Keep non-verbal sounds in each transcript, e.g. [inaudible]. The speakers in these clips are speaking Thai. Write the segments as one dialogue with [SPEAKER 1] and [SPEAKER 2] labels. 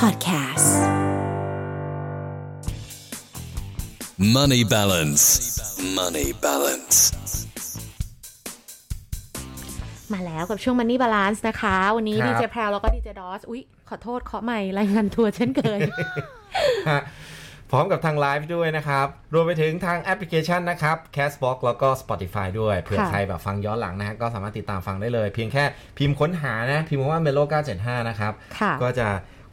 [SPEAKER 1] Podcasts.
[SPEAKER 2] Money balance. Money balance.
[SPEAKER 3] มาแล้วกับช่วง Money Balance นะคะ วันนี้
[SPEAKER 4] ครั
[SPEAKER 3] ดี
[SPEAKER 4] บ
[SPEAKER 3] เจแพรวแล้วก็ดีเจดอสอุ๊ย ขอโทษขอใหม่รายงานทัวร์เช่นเค
[SPEAKER 4] [laughs]
[SPEAKER 3] ย
[SPEAKER 4] ฮะพร้อมกับทางไลฟ์ด้วยนะครับ รวมไปถึงทางแอปพลิเคชันนะครับ Castbox แล้วก็ Spotify ด้วยเผื่อใครแบบฟังย้อนหลังนะฮะก็สามารถติดตามฟังได้เลย เพียงแค่พิมพ์ค้นหานะ พิมพ์ว่าเมโล975 นะครับ
[SPEAKER 3] ค่ะ
[SPEAKER 4] ก็จะ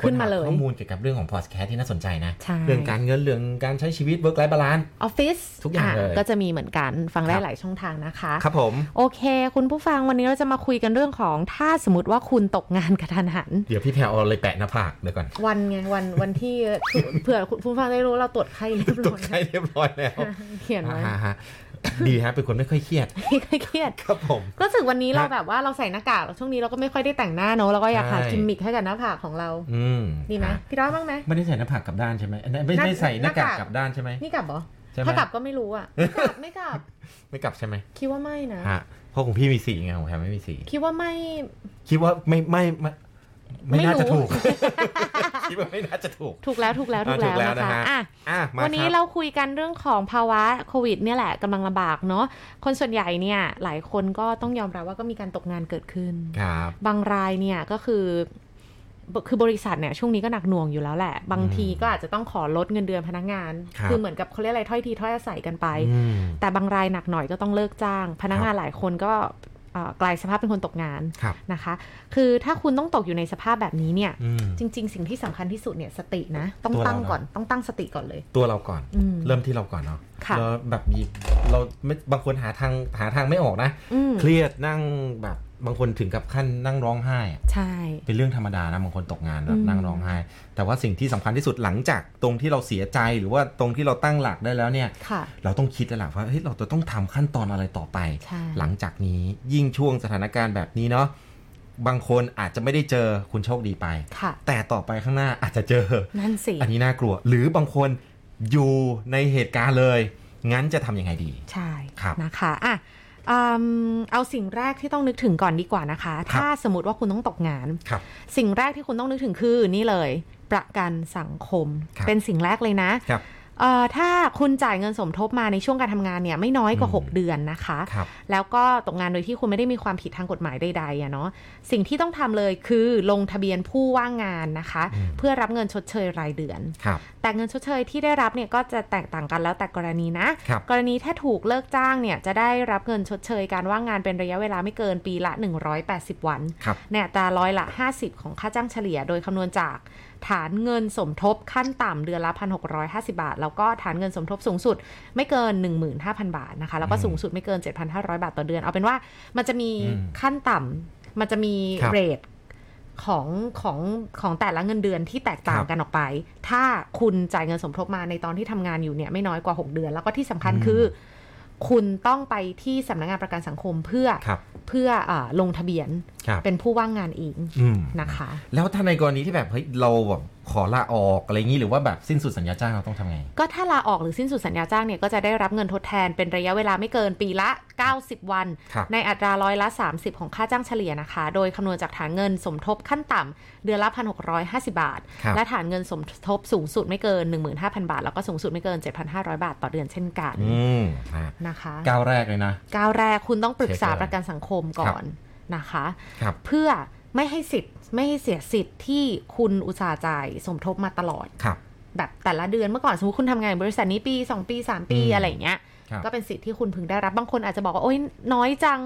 [SPEAKER 3] ขึ้นมาเลย
[SPEAKER 4] ค้หข้อมูลเกี่ยวกับเรื่องของพอดแคสต์ที่น่าสนใจนะ
[SPEAKER 3] ใช่
[SPEAKER 4] เรื่องการเงินเรื่องการใช้ชีวิต work life balance
[SPEAKER 3] ออฟฟิศ
[SPEAKER 4] ทุกอย่างเลย
[SPEAKER 3] ก็จะมีเหมือนกันฟังได้
[SPEAKER 4] ครับ
[SPEAKER 3] หลายช่องทางนะคะ
[SPEAKER 4] ครับผม
[SPEAKER 3] โอเค คุณผู้ฟังวันนี้เราจะมาคุยกันเรื่องของถ้าสมมติว่าคุณตกงานกระทันหัน
[SPEAKER 4] เดี๋ยวพี่แพรเอาเลยแปะหน้าผากเดี๋ยวก่อน
[SPEAKER 3] [laughs] วันไงวันวันที่ [laughs] เผื่อคุณผู้ฟังได้รู้เราตรวจไข้เรียบ
[SPEAKER 4] ตร
[SPEAKER 3] ร้
[SPEAKER 4] ว
[SPEAKER 3] อ
[SPEAKER 4] จ
[SPEAKER 3] ย
[SPEAKER 4] ไข้เรียบร้อยแล้ว
[SPEAKER 3] เขียนไว้
[SPEAKER 4] ฮะฮะ [laughs] ดีฮะเป็นคนไม่ค่อยเครียด
[SPEAKER 3] ไม่ค่อยเครียด
[SPEAKER 4] ครับผม
[SPEAKER 3] ก็รู้สึกวันนี้เรา
[SPEAKER 4] ฮะ
[SPEAKER 3] แบบว่าเราใส่หน้ากากช่วงนี้เราก็ไม่ค่อยได้แต่งหน้าเนอะเราก็อยากหา
[SPEAKER 4] ใช่
[SPEAKER 3] กิมมิคให้กับหน้าผากของเรา
[SPEAKER 4] อืม
[SPEAKER 3] ดีไหม
[SPEAKER 4] ฮะ
[SPEAKER 3] พี่ดอสบ้างไหม
[SPEAKER 4] ไม่ได้ใส่หน้าผากกลับด้านใช่ไหมอันนั้นไม่
[SPEAKER 3] หน้า
[SPEAKER 4] ได้ใส่หน้ากาก
[SPEAKER 3] หน้ากาก
[SPEAKER 4] กลับด้านใช่ไหม
[SPEAKER 3] นี่กลับเหรอ
[SPEAKER 4] ใช่ไหม
[SPEAKER 3] ถ้ากลับก็ไม่รู้อ่ะ ไม่กลับไม่ก
[SPEAKER 4] [laughs]
[SPEAKER 3] ลับ
[SPEAKER 4] ไม่กลับใช่ไหม
[SPEAKER 3] คิดว่าไม่นะ
[SPEAKER 4] ฮะเพราะของพี่มีสีไงของแฮมไม่มีสี
[SPEAKER 3] คิดว่าไม่
[SPEAKER 4] คิดว่าไม่ไม่ไม่ไม่
[SPEAKER 3] ไม่
[SPEAKER 4] น่าจะ
[SPEAKER 3] รู้ [laughs]
[SPEAKER 4] ถูก คิดว่าไม่น่าจะถูก
[SPEAKER 3] ถูกแล้วถูกแล้วถูกแล้ว
[SPEAKER 4] อ่ะ
[SPEAKER 3] นะคะอ่ะ
[SPEAKER 4] อ่ะมา
[SPEAKER 3] วันนี้
[SPEAKER 4] ครับ
[SPEAKER 3] เราคุยกันเรื่องของภาวะโควิดเนี่ยแหละกำลังลำบากเนาะคนส่วนใหญ่เนี่ย หลายคนก็ต้องยอมรับว่าก็มีการตกงานเกิดขึ้น
[SPEAKER 4] ครับ
[SPEAKER 3] บางรายเนี่ยก็คือ คือบริษัทเนี่ยช่วงนี้ก็หนักหน่วงอยู่แล้วแหละ บางทีก็อาจจะต้องขอลดเงินเดือนพนักงาน
[SPEAKER 4] ครับ
[SPEAKER 3] อเหมือนกับเขาเรียกอะไรถ้อยทีถ้อยอาศัยกันไป
[SPEAKER 4] อืม
[SPEAKER 3] แต่บางรายหนักหน่อยก็ต้องเลิกจ้าง พนักงานหลายคนก็เอ่อกลายสภาพเป็นคนตกงาน
[SPEAKER 4] ครับ
[SPEAKER 3] นะคะ คือถ้าคุณต้องตกอยู่ในสภาพแบบนี้เนี่ย
[SPEAKER 4] อืม
[SPEAKER 3] จริง ๆ สิ่งที่สำคัญที่สุดเนี่ยสตินะ ต้อง
[SPEAKER 4] ตัวเรา
[SPEAKER 3] ตั้งก่อน
[SPEAKER 4] นะ
[SPEAKER 3] ต้องตั้งสติก่อนเลย
[SPEAKER 4] ตัวเราก่อน
[SPEAKER 3] อืม
[SPEAKER 4] เริ่มที่เราก่อนเนาะ
[SPEAKER 3] ค่ะ
[SPEAKER 4] เราแบบมีเราไม่บางคนหาทางหาทางไม่ออกนะ
[SPEAKER 3] อืม
[SPEAKER 4] เครียดนั่งแบบบางคนถึงกับขั้นนั่งร้องไห้อะ
[SPEAKER 3] ใช่
[SPEAKER 4] เป็นเรื่องธรรมดานะบางคนตกงานแบ
[SPEAKER 3] อื
[SPEAKER 4] บ
[SPEAKER 3] ม
[SPEAKER 4] นั่งร้องไห้ แต่ว่าสิ่งที่สำคัญที่สุดหลังจากตรงที่เราเสียใจหรือว่าตรงที่เราตั้งหลักได้แล้วเนี่ย
[SPEAKER 3] ค่ะ
[SPEAKER 4] เราต้องคิดแล้วล่ะว่าเฮ้ยเราจะต้องทำขั้นตอนอะไรต่อไป
[SPEAKER 3] ใช่
[SPEAKER 4] หลังจากนี้ยิ่งช่วงสถานการณ์แบบนี้เนาะบางคนอาจจะไม่ได้เจอคุณโชคดีไป
[SPEAKER 3] ค่ะ
[SPEAKER 4] แต่ต่อไปข้างหน้าอาจจะ
[SPEAKER 3] [laughs]
[SPEAKER 4] เจอ
[SPEAKER 3] นั่นสิ
[SPEAKER 4] อันนี้น่ากลัว หรือบางคนอยู่ในเหตุการณ์เลย งั้นจะทำยังไงดี
[SPEAKER 3] ใช่
[SPEAKER 4] ครับ
[SPEAKER 3] นะคะอ่ะอืมเอาสิ่งแรกที่ต้องนึกถึงก่อนดีกว่านะคะ
[SPEAKER 4] ครับ
[SPEAKER 3] ถ้าสมมติว่าคุณต้องตกงาน
[SPEAKER 4] ครับ
[SPEAKER 3] สิ่งแรกที่คุณต้องนึกถึงคือนี่เลย ประกันสังคม
[SPEAKER 4] ครับ
[SPEAKER 3] เป็นสิ่งแรกเลยนะ
[SPEAKER 4] ครับ
[SPEAKER 3] เอ่อถ้าคุณจ่ายเงินสมทบมาในช่วงการทำงานเนี่ยไม่น้อยกว่า
[SPEAKER 4] อืม
[SPEAKER 3] 6 เดือนนะคะ
[SPEAKER 4] ครับ
[SPEAKER 3] แล้วก็ตกงานโดยที่คุณไม่ได้มีความผิดทางกฎหมายใดๆอะเนาะสิ่งที่ต้องทำเลยคือลงทะเบียนผู้ว่างงานนะคะ
[SPEAKER 4] อืม
[SPEAKER 3] เพื่อรับเงินชดเชยรายเดือน
[SPEAKER 4] ครับ
[SPEAKER 3] แต่เงินชดเชยที่ได้รับเนี่ยก็จะแตกต่างกันแล้วแต่กรณีนะ
[SPEAKER 4] ครับ
[SPEAKER 3] กรณีถ้าถูกเลิกจ้างเนี่ยจะได้รับเงินชดเชยการว่างงานเป็นระยะเวลาไม่เกินปีละ 180 วัน
[SPEAKER 4] ครับ
[SPEAKER 3] ในอัตราร้อยละ 50 ของค่าจ้างเฉลี่ย โดยคำนวณจากฐานเงินสมทบขั้นต่ำเดือนละ 1,650 บาท แล้วก็ฐานเงินสมทบสูงสุดไม่เกิน 15,000 บาทนะคะ แล้วก็
[SPEAKER 4] อืม
[SPEAKER 3] สูงสุดไม่เกิน 7,500 บาทต่อเดือน เอาเป็นว่ามันจะมี
[SPEAKER 4] อืม
[SPEAKER 3] ขั้นต่ำมันจะมี
[SPEAKER 4] ครับ
[SPEAKER 3] เรทของของของแต่ละเงินเดือนที่แตกต่าง
[SPEAKER 4] ครับ
[SPEAKER 3] กันออกไป ถ้าคุณจ่ายเงินสมทบมาในตอนที่ทำงานอยู่เนี่ยไม่น้อยกว่า 6 เดือน แล้วก็ที่สำคัญ
[SPEAKER 4] อืม
[SPEAKER 3] คือ คุณต้องไปที่สำนักงานประกันสังคมเพื่อ
[SPEAKER 4] ครับ
[SPEAKER 3] เพื่ออาลงทะเบียน
[SPEAKER 4] ครับ
[SPEAKER 3] เป็นผู้ว่างงานเอง
[SPEAKER 4] อืม
[SPEAKER 3] นะคะ
[SPEAKER 4] แล้วถ้าในกรณีที่แบบเฮ้ยเราแบบขอลาออกอะไรอย่างนี้หรือว่าแบบสิ้นสุดสัญญาจ้างเราต้องทำไง
[SPEAKER 3] ก็ถ้าลาออกหรือสิ้นสุดสัญญาจ้างเนี่ยก็จะได้รับเงินทดแทนเป็นระยะเวลาไม่เกินปีละ 90 วัน
[SPEAKER 4] ครับ
[SPEAKER 3] ในอัตราร้อยละ 30 ของค่าจ้างเฉลี่ยนะคะ โดยคำนวณจากฐานเงินสมทบขั้นต่ำเดือนละ 1,650 บาท
[SPEAKER 4] ครับ
[SPEAKER 3] และฐานเงินสมทบสูงสุดไม่เกิน 15,000 บาท แล้วก็สูงสุดไม่เกิน 7,500 บาทต่อเดือนเช่นกัน
[SPEAKER 4] อืมนะ
[SPEAKER 3] นะคะ
[SPEAKER 4] ก้าวแรกเลยนะ
[SPEAKER 3] ก้าวแรกคุณต้องปรึกษา
[SPEAKER 4] เช็คเลย
[SPEAKER 3] ประกันสังคมก่อนนะคะ
[SPEAKER 4] ครับ
[SPEAKER 3] เพื่อไม่ให้สิทธิ์ไม่ให้เสียสิทธิ์ที่คุณอุตสาห์จ่ายสมทบมาตลอด
[SPEAKER 4] ครับ
[SPEAKER 3] แบบแต่ละเดือนเมื่อก่อนสมมติคุณทำงานบริษัทนี้ปี 2 ปี 3 ปี
[SPEAKER 4] อืม
[SPEAKER 3] อะไรอย่างเงี้ย
[SPEAKER 4] ครับ
[SPEAKER 3] ก็เป็นสิทธิ์ที่คุณพึงได้รับบางคนอาจจะบอกว่าโอ๊ยน้อยจัง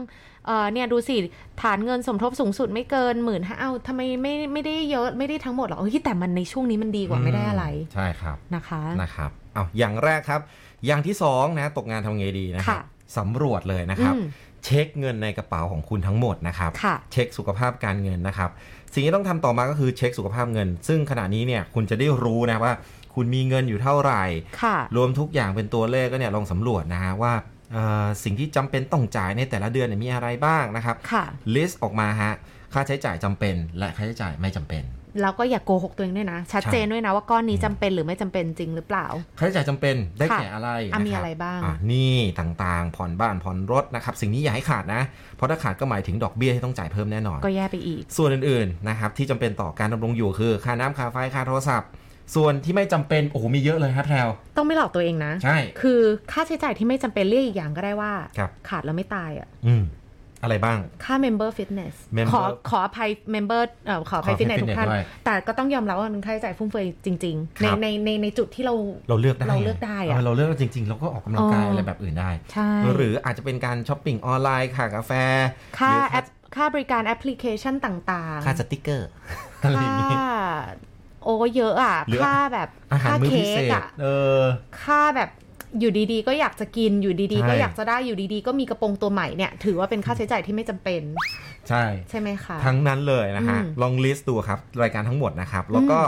[SPEAKER 3] เออเนี่ยดูสิฐานเงินสมทบสูงสุดไม่เกินหมื่นห้าเอาทำไมไม่ไม่ได้เยอะไม่ได้ทั้งหมดหรอกเอ้ยแต่มันในช่วงนี้มันดีกว่าไม่ได้อะไร
[SPEAKER 4] มใช่ครับ
[SPEAKER 3] นะคะ
[SPEAKER 4] นะครับเอาอย่างแรกครับ อย่างที่สองนะตกงานทำไงดีนะครับ
[SPEAKER 3] ค่ะ
[SPEAKER 4] สำรวจเลยนะครับ
[SPEAKER 3] อืม
[SPEAKER 4] เช็คเงินในกระเป๋าของคุณทั้งหมดนะครับ
[SPEAKER 3] ค่ะ
[SPEAKER 4] เช็คสุขภาพการเงินนะครับ สิ่งที่ต้องทำต่อมาก็คือเช็คสุขภาพเงิน ซึ่งขณะนี้เนี่ยคุณจะได้รู้นะว่า คุณมีเงินอยู่เท่าไหร่
[SPEAKER 3] ค่ะ
[SPEAKER 4] รวมทุกอย่างเป็นตัวเลขก็เนี่ยลองสำรวจนะฮะว่าเอ่อสิ่งที่จำเป็นต้องจ่ายในแต่ละเดือนเนี่ยมีอะไรบ้างนะครับ
[SPEAKER 3] ค่ะ
[SPEAKER 4] ลิสต์ออกมาฮะ ค่าใช้จ่ายจำเป็นและค่าใช้จ่ายไม่จำเป็น
[SPEAKER 3] แล้วก็อย่ากโกหกตัวเองด้วยนะ ชัดเจนด้วยนะว่าก้อนนี้จำเป็นหรือไม่จำเป็นจริงหรือเปล่า
[SPEAKER 4] ค่าใช้จ่ายจำเป็นได้แก่อะไรนค
[SPEAKER 3] อ่ะ
[SPEAKER 4] บ
[SPEAKER 3] มีอะไรบ้าง
[SPEAKER 4] หนี่ต่างๆ ผ่อนบ้านผ่อนรถนะครับ สิ่งนี้อย่าให้ขาดนะ เพราะถ้าขาดก็หมายถึงดอกเบี้ยที่ต้องจ่ายเพิ่มแน่นอน
[SPEAKER 3] ก็แย่ไปอีก
[SPEAKER 4] ส่วนอื่นๆนะครับที่จำเป็นต่อการดำรงอยู่คือ ค่าน้ำค่าไฟค่าโทรศัพท์ ส่วนที่ไม่จำเป็นโอ้โหมีเยอะเลยครับแพรว
[SPEAKER 3] ต้องไม่หลอกตัวเองนะ
[SPEAKER 4] ใช่
[SPEAKER 3] คือค่าใช้จ่ายที่ไม่จำเป็นเรียกอีกอย่างก็ได้ว่า
[SPEAKER 4] ครับ
[SPEAKER 3] ขาดแล้วไม่ตายอ่ะ
[SPEAKER 4] อืมอะไรบ้าง
[SPEAKER 3] ค่า member fitness
[SPEAKER 4] Member
[SPEAKER 3] ขอขออภัย member เอ่อขออภัย
[SPEAKER 4] ขออภัย
[SPEAKER 3] fitness ทุกท่าน
[SPEAKER 4] ด้วย
[SPEAKER 3] แต่ก็ต้องยอมรับว่ามันค่าใช้จ่ายฟุ่มเฟือยจริง ๆ ใน
[SPEAKER 4] ครับ
[SPEAKER 3] ในในในจุดที่เรา
[SPEAKER 4] เราเลือกได้
[SPEAKER 3] เราเลือกได้อะ
[SPEAKER 4] เเราเลือกจริงๆเราก็ออกกำลังกาย
[SPEAKER 3] อ๋ออ
[SPEAKER 4] อะไรแบบอื่นได้
[SPEAKER 3] ใช่
[SPEAKER 4] หรืออาจจะเป็นการช้อปปิ้งออนไลน์ค่ากาแฟ
[SPEAKER 3] ค่า
[SPEAKER 4] หรือ
[SPEAKER 3] แอปค่าบริการแอปพลิเคชันต่างๆ
[SPEAKER 4] ค่าสติกเกอร์อะไรอย่างงี้
[SPEAKER 3] ค่าโอ้เยอะอ่ะ
[SPEAKER 4] หรือ
[SPEAKER 3] ค่าแบบ
[SPEAKER 4] อาหาร
[SPEAKER 3] ค่า
[SPEAKER 4] มื้อ
[SPEAKER 3] เค้
[SPEAKER 4] พิเศ
[SPEAKER 3] ก
[SPEAKER 4] ษ
[SPEAKER 3] อ่ะ
[SPEAKER 4] เออ
[SPEAKER 3] ค่าแบบอยู่ดีๆ ก็อยากจะกินอยู่ดี
[SPEAKER 4] ใช่
[SPEAKER 3] ๆ ก็อยากจะได้อยู่ดีๆ ก็มีกระโปรงตัวใหม่เนี่ย ถือว่าเป็นค่าใช้จ่ายที่ไม่จำเป็น
[SPEAKER 4] ใช่
[SPEAKER 3] ใช่ไหมคะ
[SPEAKER 4] ทั้งนั้นเลยนะฮะ
[SPEAKER 3] อืม
[SPEAKER 4] ลองลิสต์ดูครับ รายการทั้งหมดนะครับ แล้วก็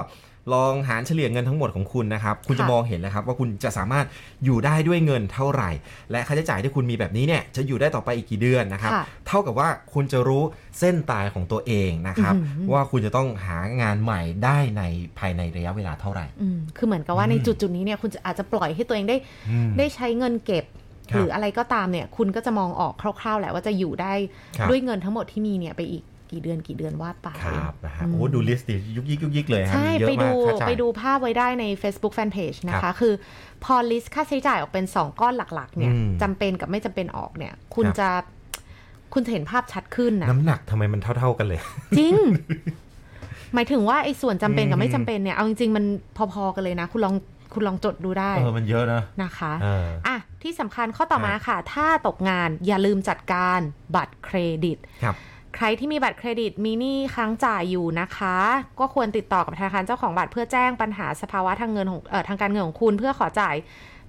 [SPEAKER 4] ลองหารเฉลี่ยเงินทั้งหมดของคุณนะครับ คุณจะ
[SPEAKER 3] ค่ะ
[SPEAKER 4] มองเห็นแล้วครับ ว่าคุณจะสามารถอยู่ได้ด้วยเงินเท่าไหร่ และค่าใช้จ่ายที่คุณมีแบบนี้เนี่ยจะอยู่ได้ต่อไปอีกกี่เดือนนะครับ
[SPEAKER 3] ค่ะ
[SPEAKER 4] เท่ากับว่าคุณจะรู้เส้นตายของตัวเองนะครับ
[SPEAKER 3] อือหือ
[SPEAKER 4] ว่าคุณจะต้องหางานใหม่ได้ในภายในระยะเวลาเท่าไหร่
[SPEAKER 3] อืมคือเหมือนกับว่าในจุดจุดๆนี้เนี่ยคุณจะอาจจะปล่อยให้ตัวเองได้ได้ใช้เงินเก็บ
[SPEAKER 4] ครับ
[SPEAKER 3] หรืออะไรก็ตามเนี่ย คุณก็จะมองออกคร่าวๆแหละว่าจะอยู่ได้
[SPEAKER 4] ครับ
[SPEAKER 3] ด้วยเงินทั้งหมดที่มีเนี่ยไปอีกกี่เดือนกี่เดือนว่าไป
[SPEAKER 4] ครับนะฮะ
[SPEAKER 3] อืม
[SPEAKER 4] โอ้ดูลิสต์ดิยุกยิกยุกยิกเลยฮะ
[SPEAKER 3] ใช่
[SPEAKER 4] มีเยอะ
[SPEAKER 3] ไป
[SPEAKER 4] มาก
[SPEAKER 3] ดู
[SPEAKER 4] ค่าใช้จ่าย
[SPEAKER 3] ไปดูภาพไว้ได้ใน Facebook Fanpage นะ
[SPEAKER 4] ครั
[SPEAKER 3] คะ
[SPEAKER 4] บ
[SPEAKER 3] คือพอลิสต์ค่าใช้จ่ายออกเป็น 2 ก้อนหลักๆเนี่ย
[SPEAKER 4] อืม
[SPEAKER 3] จำเป็นกับไม่จำเป็นออกเนี่ย คุณ
[SPEAKER 4] ครับ
[SPEAKER 3] จะคุณจะเห็นภาพชัดขึ้นนะ
[SPEAKER 4] น้ำหนักทำไมมันเท่า ๆกันเลย
[SPEAKER 3] จ
[SPEAKER 4] [laughs]
[SPEAKER 3] ริง หมายถึงว่าไอ้ส่วนจำเป็นกั
[SPEAKER 4] อื
[SPEAKER 3] บ
[SPEAKER 4] ม
[SPEAKER 3] ไม่จำเป็นเนี่ย เอาจริงๆ มันพอๆกันเลยนะ คุณลองคุณลองจดดูได้
[SPEAKER 4] เออมันเยอะนะ
[SPEAKER 3] นะคะ
[SPEAKER 4] เออ
[SPEAKER 3] อ่ะ ที่สำคัญข้อต่อมาค่ะ ถ้าตกงานอย่าลืมจัดการบัตรเครดิต
[SPEAKER 4] ครับ
[SPEAKER 3] ใครที่มีบัตรเครดิตมีหนี้ค้างจ่ายอยู่นะคะ ก็ควรติดต่อกับธนาคารเจ้าของบัตรเพื่อแจ้งปัญหาสภาวะทางเงินของเอ่อทางการเงินของคุณ เพื่อขอจ่าย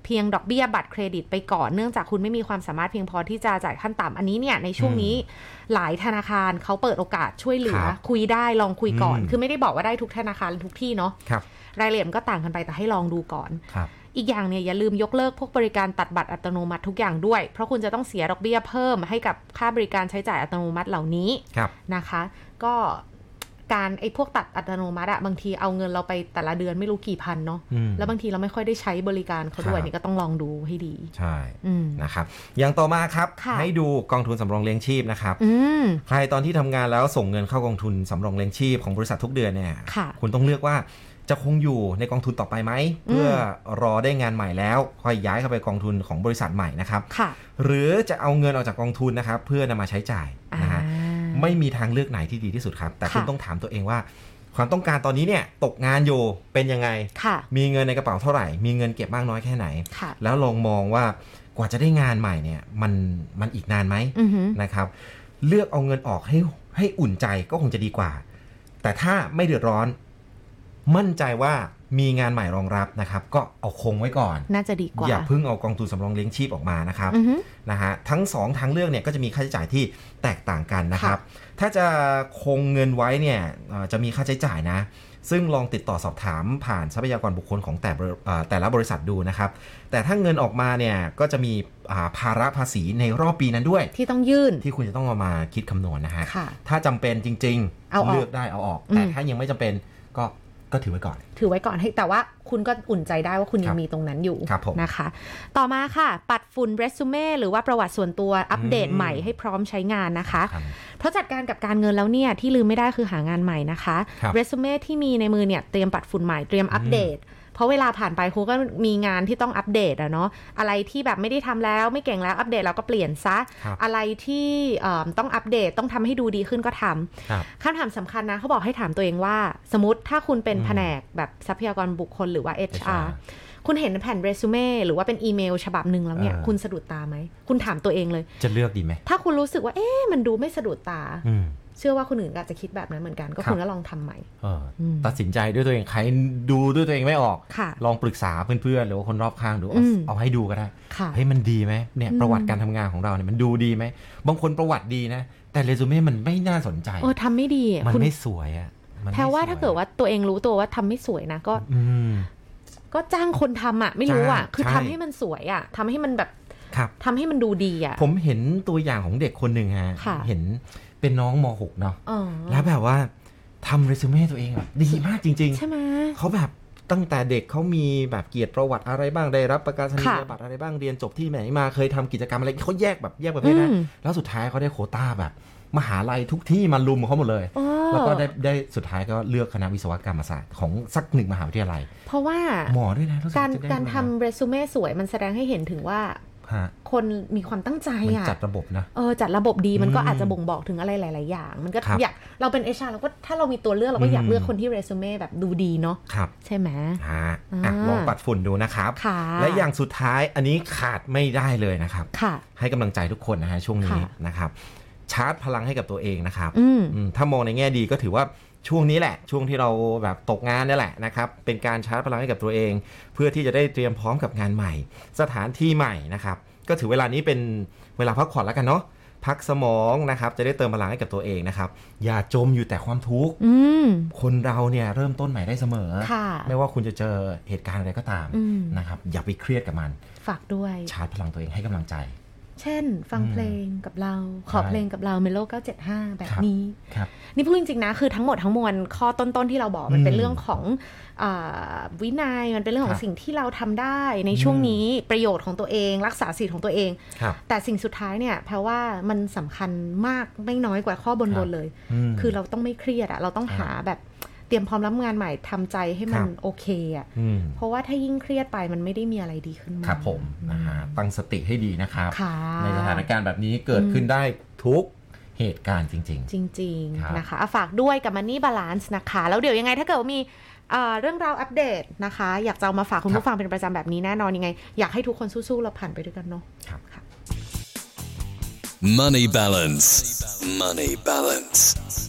[SPEAKER 3] เพียงดอกเบี้ยบัตรเครดิตไปก่อนเนื่องจากคุณไม่มีความสามารถเพียงพอที่จะจ่ายขั้นต่ำอันนี้เนี่ยในช่วงนี้หลายธนาคารเขาเปิดโอกาสช่วยเหลือ
[SPEAKER 4] ครับ
[SPEAKER 3] คุยได้ลองคุยก่อน
[SPEAKER 4] อืม
[SPEAKER 3] คือไม่ได้บอกว่าได้ทุกธนาคารทุกที่เนาะ
[SPEAKER 4] ครับ
[SPEAKER 3] รายละเอียดมันก็ต่างกันไปแต่ให้ลองดูก่อน
[SPEAKER 4] ครับ
[SPEAKER 3] อีกอย่างเนี่ยอย่าลืมยกเลิกพวกบริการตัดบัตรอัตโนมัติทุกอย่างด้วย เพราะคุณจะต้องเสียดอกเบี้ยเพิ่มให้กับค่าบริการใช้จ่ายอัตโนมัติเหล่านี้
[SPEAKER 4] ครับ
[SPEAKER 3] นะคะก็การไอ้พวกตัดอัตโนมัติอะบางทีเอาเงินเราไปแต่ละเดือนไม่รู้กี่พันเนาะ
[SPEAKER 4] อืม
[SPEAKER 3] แล้วบางทีเราไม่ค่อยได้ใช้บริการเขาด้ว
[SPEAKER 4] ครั
[SPEAKER 3] ย
[SPEAKER 4] บ
[SPEAKER 3] นี่ก็ต้องลองดูให้ดี
[SPEAKER 4] ใช่
[SPEAKER 3] อืม
[SPEAKER 4] นะครับอย่างต่อมาครับ
[SPEAKER 3] ค่ะ
[SPEAKER 4] ให้ดูกองทุนสำรองเลี้ยงชีพนะครับ
[SPEAKER 3] อืม
[SPEAKER 4] ใครตอนที่ทำงานแล้วส่งเงินเข้ากองทุนสำรองเลี้ยงชีพของบริษัททุกเดือนเนี่ย
[SPEAKER 3] ค่ะ
[SPEAKER 4] ณต้องเลือกว่าจะคงอยู่ในกองทุนต่อไปไหม
[SPEAKER 3] อืม
[SPEAKER 4] เพื่อรอได้งานใหม่แล้วค่อยย้ายเข้าไปกองทุนของบริษัทใหม่นะครับ
[SPEAKER 3] ค่ะ
[SPEAKER 4] หรือจะเอาเงินออกจากกองทุนนะครับ เพื่อนำมาใช้จ่าย
[SPEAKER 3] อ่า
[SPEAKER 4] นะฮะไม่มีทางเลือกไหนที่ดีที่สุดครับ แต่
[SPEAKER 3] ค่ะ
[SPEAKER 4] คุณต้องถามตัวเองว่า ความต้องการตอนนี้เนี่ยตกงานอยู่เป็นยังไง
[SPEAKER 3] ค่ะ
[SPEAKER 4] มีเงินในกระเป๋าเท่าไหร่ มีเงินเก็บมากน้อยแค่ไหน
[SPEAKER 3] ค่ะ
[SPEAKER 4] แล้วลองมองว่ากว่าจะได้งานใหม่เนี่ยมันมันอีกนานไหม
[SPEAKER 3] อือหือ
[SPEAKER 4] นะครับ เลือกเอาเงินออกให้ให้อุ่นใจก็คงจะดีกว่า แต่ถ้าไม่เดือดร้อน มั่นใจว่ามีงานใหม่รองรับนะครับ ก็เอาคงไว้ก่อน
[SPEAKER 3] น่าจะดีกว่า
[SPEAKER 4] อย่าเพิ่งเอากองทุนสำรองเลี้ยงชีพออกมานะครับ
[SPEAKER 3] อือหือ
[SPEAKER 4] นะฮะทั้งสองทางเลือกเนี่ยก็จะมีค่าใช้จ่ายที่แตกต่างกันนะครับ ถ้าจะคงเงินไว้เนี่ยเอ่อจะมีค่าใช้จ่ายนะ ซึ่งลองติดต่อสอบถามผ่านทรัพยากรบุคคลของแต่บริเอ่อแต่ละบริษัทดูนะครับ แต่ถ้าเงินออกมาเนี่ยก็จะมีอ่าภาระภาษีในรอบปีนั้นด้วย
[SPEAKER 3] ที่ต้องยื่น
[SPEAKER 4] ที่คุณจะต้องเอามาคิดคำนวณนะฮะ
[SPEAKER 3] ค่ะ
[SPEAKER 4] ถ้าจำเป็นจริง
[SPEAKER 3] เอาออก
[SPEAKER 4] เลือกได้เอาออก แต่
[SPEAKER 3] อืม
[SPEAKER 4] ถ้ายังไม่จำเป็นก็ก็ถือไว้ก่อน
[SPEAKER 3] ถือไว้ก่อนให้แต่ว่าคุณก็อุ่นใจได้ว่าคุณยั
[SPEAKER 4] ครั
[SPEAKER 3] ง
[SPEAKER 4] บ
[SPEAKER 3] มีตรงนั้นอยู่
[SPEAKER 4] ครับผม
[SPEAKER 3] นะคะ ต่อมาค่ะ ปัดฝุ่นเรซูเม่หรือว่าประวัติส่วนตัวอัปเดต
[SPEAKER 4] อืม
[SPEAKER 3] ใหม่ให้พร้อมใช้งานนะคะ
[SPEAKER 4] ครับ
[SPEAKER 3] เพราะจัดการกับการเงินแล้วเนี่ยที่ลืมไม่ได้คือหางานใหม่นะคะ
[SPEAKER 4] ครับ
[SPEAKER 3] เรซูเม่ที่มีในมือเนี่ยเตรียมปัดฝุ่นใหม่เตรียมอัปเดต เพราะเวลาผ่านไปครูก็มีงานที่ต้องอัปเดตอะเนาะอะไรที่แบบไม่ได้ทำแล้วไม่เก่งแล้วอัปเดตเราก็เปลี่ยนซะ
[SPEAKER 4] ครับ
[SPEAKER 3] อะไรที่เอิ่มต้องอัปเดตต้องทำให้ดูดีขึ้นก็ทำ
[SPEAKER 4] ครับ
[SPEAKER 3] คำถามสำคัญนะ เขาบอกให้ถามตัวเองว่า สมมติถ้าคุณเป็น
[SPEAKER 4] อืม
[SPEAKER 3] แผนกแบบทรัพยากรบุคคลหรือว่า
[SPEAKER 4] HR
[SPEAKER 3] HR คุณเห็นแผ่นเรซูเม่หรือว่าเป็นอีเมลฉบับหนึ่งแล้วเนี่ย
[SPEAKER 4] เออ
[SPEAKER 3] คุณสะดุดตาไหม คุณถามตัวเองเลย
[SPEAKER 4] จะเลือกดีไหม
[SPEAKER 3] ถ้าคุณรู้สึกว่า เอ๊ะมันดูไม่สะดุดตา
[SPEAKER 4] อืม
[SPEAKER 3] เชื่อว่าคนอื่นก็อาจจะคิดแบบนั้นเหมือนกัน ก็
[SPEAKER 4] ครับ
[SPEAKER 3] คุณก็ลองทำใหม่
[SPEAKER 4] เอออ
[SPEAKER 3] ม
[SPEAKER 4] ตัดสินใจด้วยตัวเองใครดูด้วยตัวเองไม่ออก
[SPEAKER 3] ค่ะ
[SPEAKER 4] ลองปรึกษาเพื่อนๆหรือว่าคนรอบข้างดูเอา
[SPEAKER 3] อืม
[SPEAKER 4] เอาให้ดูก็ได้
[SPEAKER 3] ค่ะ
[SPEAKER 4] เฮ้ยมันดีไหมเนี่ย
[SPEAKER 3] อืม
[SPEAKER 4] ประวัติการทำงานของเราเนี่ยมันดูดีไหมบางคนประวัติดีนะ แต่เรซูเม่มันไม่น่าสนใจ
[SPEAKER 3] โอ้ทำไม่ดีอะ
[SPEAKER 4] มัน
[SPEAKER 3] คุณ
[SPEAKER 4] ไม่สวยอะมันไม่
[SPEAKER 3] แพรว่า
[SPEAKER 4] สย
[SPEAKER 3] ถ้าเกิดว่าตัวเองรู้ตัวว่าทำไม่สวยนะก็
[SPEAKER 4] อืม
[SPEAKER 3] ก็จ้างคนทำอ่ะ ไม่รู้อ่ะ
[SPEAKER 4] จ้าง
[SPEAKER 3] คือ
[SPEAKER 4] ใช่
[SPEAKER 3] ทำให้มันสวยอ่ะทำให้มันแบบ
[SPEAKER 4] ครับ
[SPEAKER 3] ทำให้มันดูดีอ่ะ
[SPEAKER 4] ผมเห็นตัวอย่างของเด็กคนหนึ่งฮะ
[SPEAKER 3] ค่ะ
[SPEAKER 4] เห็นเป็นน้องม .6 เนาะ
[SPEAKER 3] อ๋อ
[SPEAKER 4] แล้วแบบว่า ทำเรซูเม่ตัวเองแบบดีมากจริง
[SPEAKER 3] ใช่ไหม
[SPEAKER 4] ๆ เขาแบบตั้งแต่เด็กเขามีแบบเกียรติประวัติอะไรบ้างได้รับประกาศนีย
[SPEAKER 3] ค่ะ
[SPEAKER 4] บัตรอะไรบ้างเรียนจบที่ไหนมาเคยทำกิจกรรมอะไรเขาแยกแบบแยกประเภทนะ
[SPEAKER 3] อืม
[SPEAKER 4] แล้วสุดท้ายเขาได้โควต้าแบบ มหาลัยทุกที่มาลุมเขาหมดเลย
[SPEAKER 3] อ๋อ
[SPEAKER 4] แล้วก็ได้ได้สุดท้ายก็เลือกคณะวิศวกรรมศาสตร์ของสักหนึ่งมหาวิทยาลัย
[SPEAKER 3] เพราะว่า
[SPEAKER 4] หมอด้วยนะสึ
[SPEAKER 3] การ
[SPEAKER 4] จะได้
[SPEAKER 3] การ
[SPEAKER 4] ม
[SPEAKER 3] ทำเรซูเม่สวยมันแสดงให้เห็นถึงว่า
[SPEAKER 4] ฮะ
[SPEAKER 3] คนมีความตั้งใจ
[SPEAKER 4] มัน
[SPEAKER 3] อ่ะ
[SPEAKER 4] จัดระบบนะ
[SPEAKER 3] เออจัดระบบดีมันก็
[SPEAKER 4] อืม
[SPEAKER 3] อาจจะบ่งบอกถึงอะไรหลาย ๆ อย่าง มันก็
[SPEAKER 4] ครับ
[SPEAKER 3] อยากเราเป็นเอชาเราก็ถ้าเรามีตัวเลือกเราก็อยาก
[SPEAKER 4] อืม
[SPEAKER 3] เลือกคนที่เรซูเม่แบบดูดีเนาะ
[SPEAKER 4] ครับ
[SPEAKER 3] ใช่ไหม
[SPEAKER 4] ฮะอ่ะ
[SPEAKER 3] อ่า
[SPEAKER 4] ลองปัดฝุ่นดูนะครับ
[SPEAKER 3] ค่ะ
[SPEAKER 4] และอย่างสุดท้ายอันนี้ขาดไม่ได้เลยนะครับ
[SPEAKER 3] ค่ะ
[SPEAKER 4] ให้กำลังใจทุกคนนะฮะช่วงนี้
[SPEAKER 3] ค่ะ
[SPEAKER 4] นะครับ ชาร์จพลังให้กับตัวเองนะครับ
[SPEAKER 3] อืม
[SPEAKER 4] อืมถ้ามองในแง่ดีก็ถือว่าช่วงนี้แหละ ช่วงที่เราแบบตกงานนี่แหละนะครับเป็นการชาร์จพลังให้กับตัวเอง เพื่อที่จะได้เตรียมพร้อมกับงานใหม่ สถานที่ใหม่นะครับ ก็ถือเวลานี้เป็นเวลาพักผ่อนแล้วกันเนาะพักสมองนะครับ จะได้เติมพลังให้กับตัวเองนะครับ อย่าจมอยู่แต่ความทุกข์
[SPEAKER 3] อืม
[SPEAKER 4] คนเราเนี่ยเริ่มต้นใหม่ได้เสมอ
[SPEAKER 3] ค่ะ
[SPEAKER 4] ไม่ว่าคุณจะเจอเหตุการณ์อะไรก็ตาม
[SPEAKER 3] อืม
[SPEAKER 4] นะครับ อย่าไปเครียดกับมัน
[SPEAKER 3] ฝากด้วย
[SPEAKER 4] ชาร์จพลังตัวเองให้กำลังใจ
[SPEAKER 3] เช่น ฟัง
[SPEAKER 4] อืม
[SPEAKER 3] เพลงกับเรา ขอ
[SPEAKER 4] ใช่
[SPEAKER 3] เพลงกับเราเมโล975 แบบ
[SPEAKER 4] ครับ
[SPEAKER 3] นี้
[SPEAKER 4] ครับ
[SPEAKER 3] นี่พูดจริง ๆ นะ คือทั้งหมดทั้งมวลข้อต้น ๆ ที่เราบอกมันเป็น
[SPEAKER 4] อืม
[SPEAKER 3] เรื่องของอาวินัยมันเป็นเรื่องขอ
[SPEAKER 4] ค
[SPEAKER 3] ง
[SPEAKER 4] รับ
[SPEAKER 3] สิ่งที่เราทำได้ในช่วง
[SPEAKER 4] อืม
[SPEAKER 3] นี้ประโยชน์ของตัวเอง รักษาสิทธิ์ของตัวเอง
[SPEAKER 4] ครับ
[SPEAKER 3] แต่สิ่งสุดท้ายเนี่ยแพรว่ามันสำคัญมากไม่น้อยกว่าข้อบน
[SPEAKER 4] ครับ บ
[SPEAKER 3] นเลย
[SPEAKER 4] ม
[SPEAKER 3] คือเราต้องไม่เครียดอะเราต้องหาแบบเตรียมพร้อมรับงานใหม่ทำใจให้มั
[SPEAKER 4] คน รับ
[SPEAKER 3] โอเคอะ
[SPEAKER 4] อืม
[SPEAKER 3] เพราะว่าถ้ายิ่งเครียดไปมันไม่ได้มีอะไรดีขึ้นมา
[SPEAKER 4] ครับผมนะฮะตั้งสติให้ดีนะครับ
[SPEAKER 3] ค่ะ
[SPEAKER 4] ในสถานการณ์แบบนี้เกิดขึ้นได้ทุกเหตุการณ์จริง
[SPEAKER 3] จริง
[SPEAKER 4] ครับ
[SPEAKER 3] ๆ นะคะอ่ะฝากด้วยกับ Money Balance นะคะ แล้วเดี๋ยวยังไงถ้าเกิดว่ามีเอ่อเรื่องราวอัปเดตนะคะ อยากจะเอามาฝากคุณผู้ฟังเป็นประจำแบบนี้แน่นอนยังไง อยากให้ทุกคนสู้ๆเราผ่านไปด้วยกันเนาะ
[SPEAKER 4] ๆ ครับ
[SPEAKER 2] Money balance. Money balance.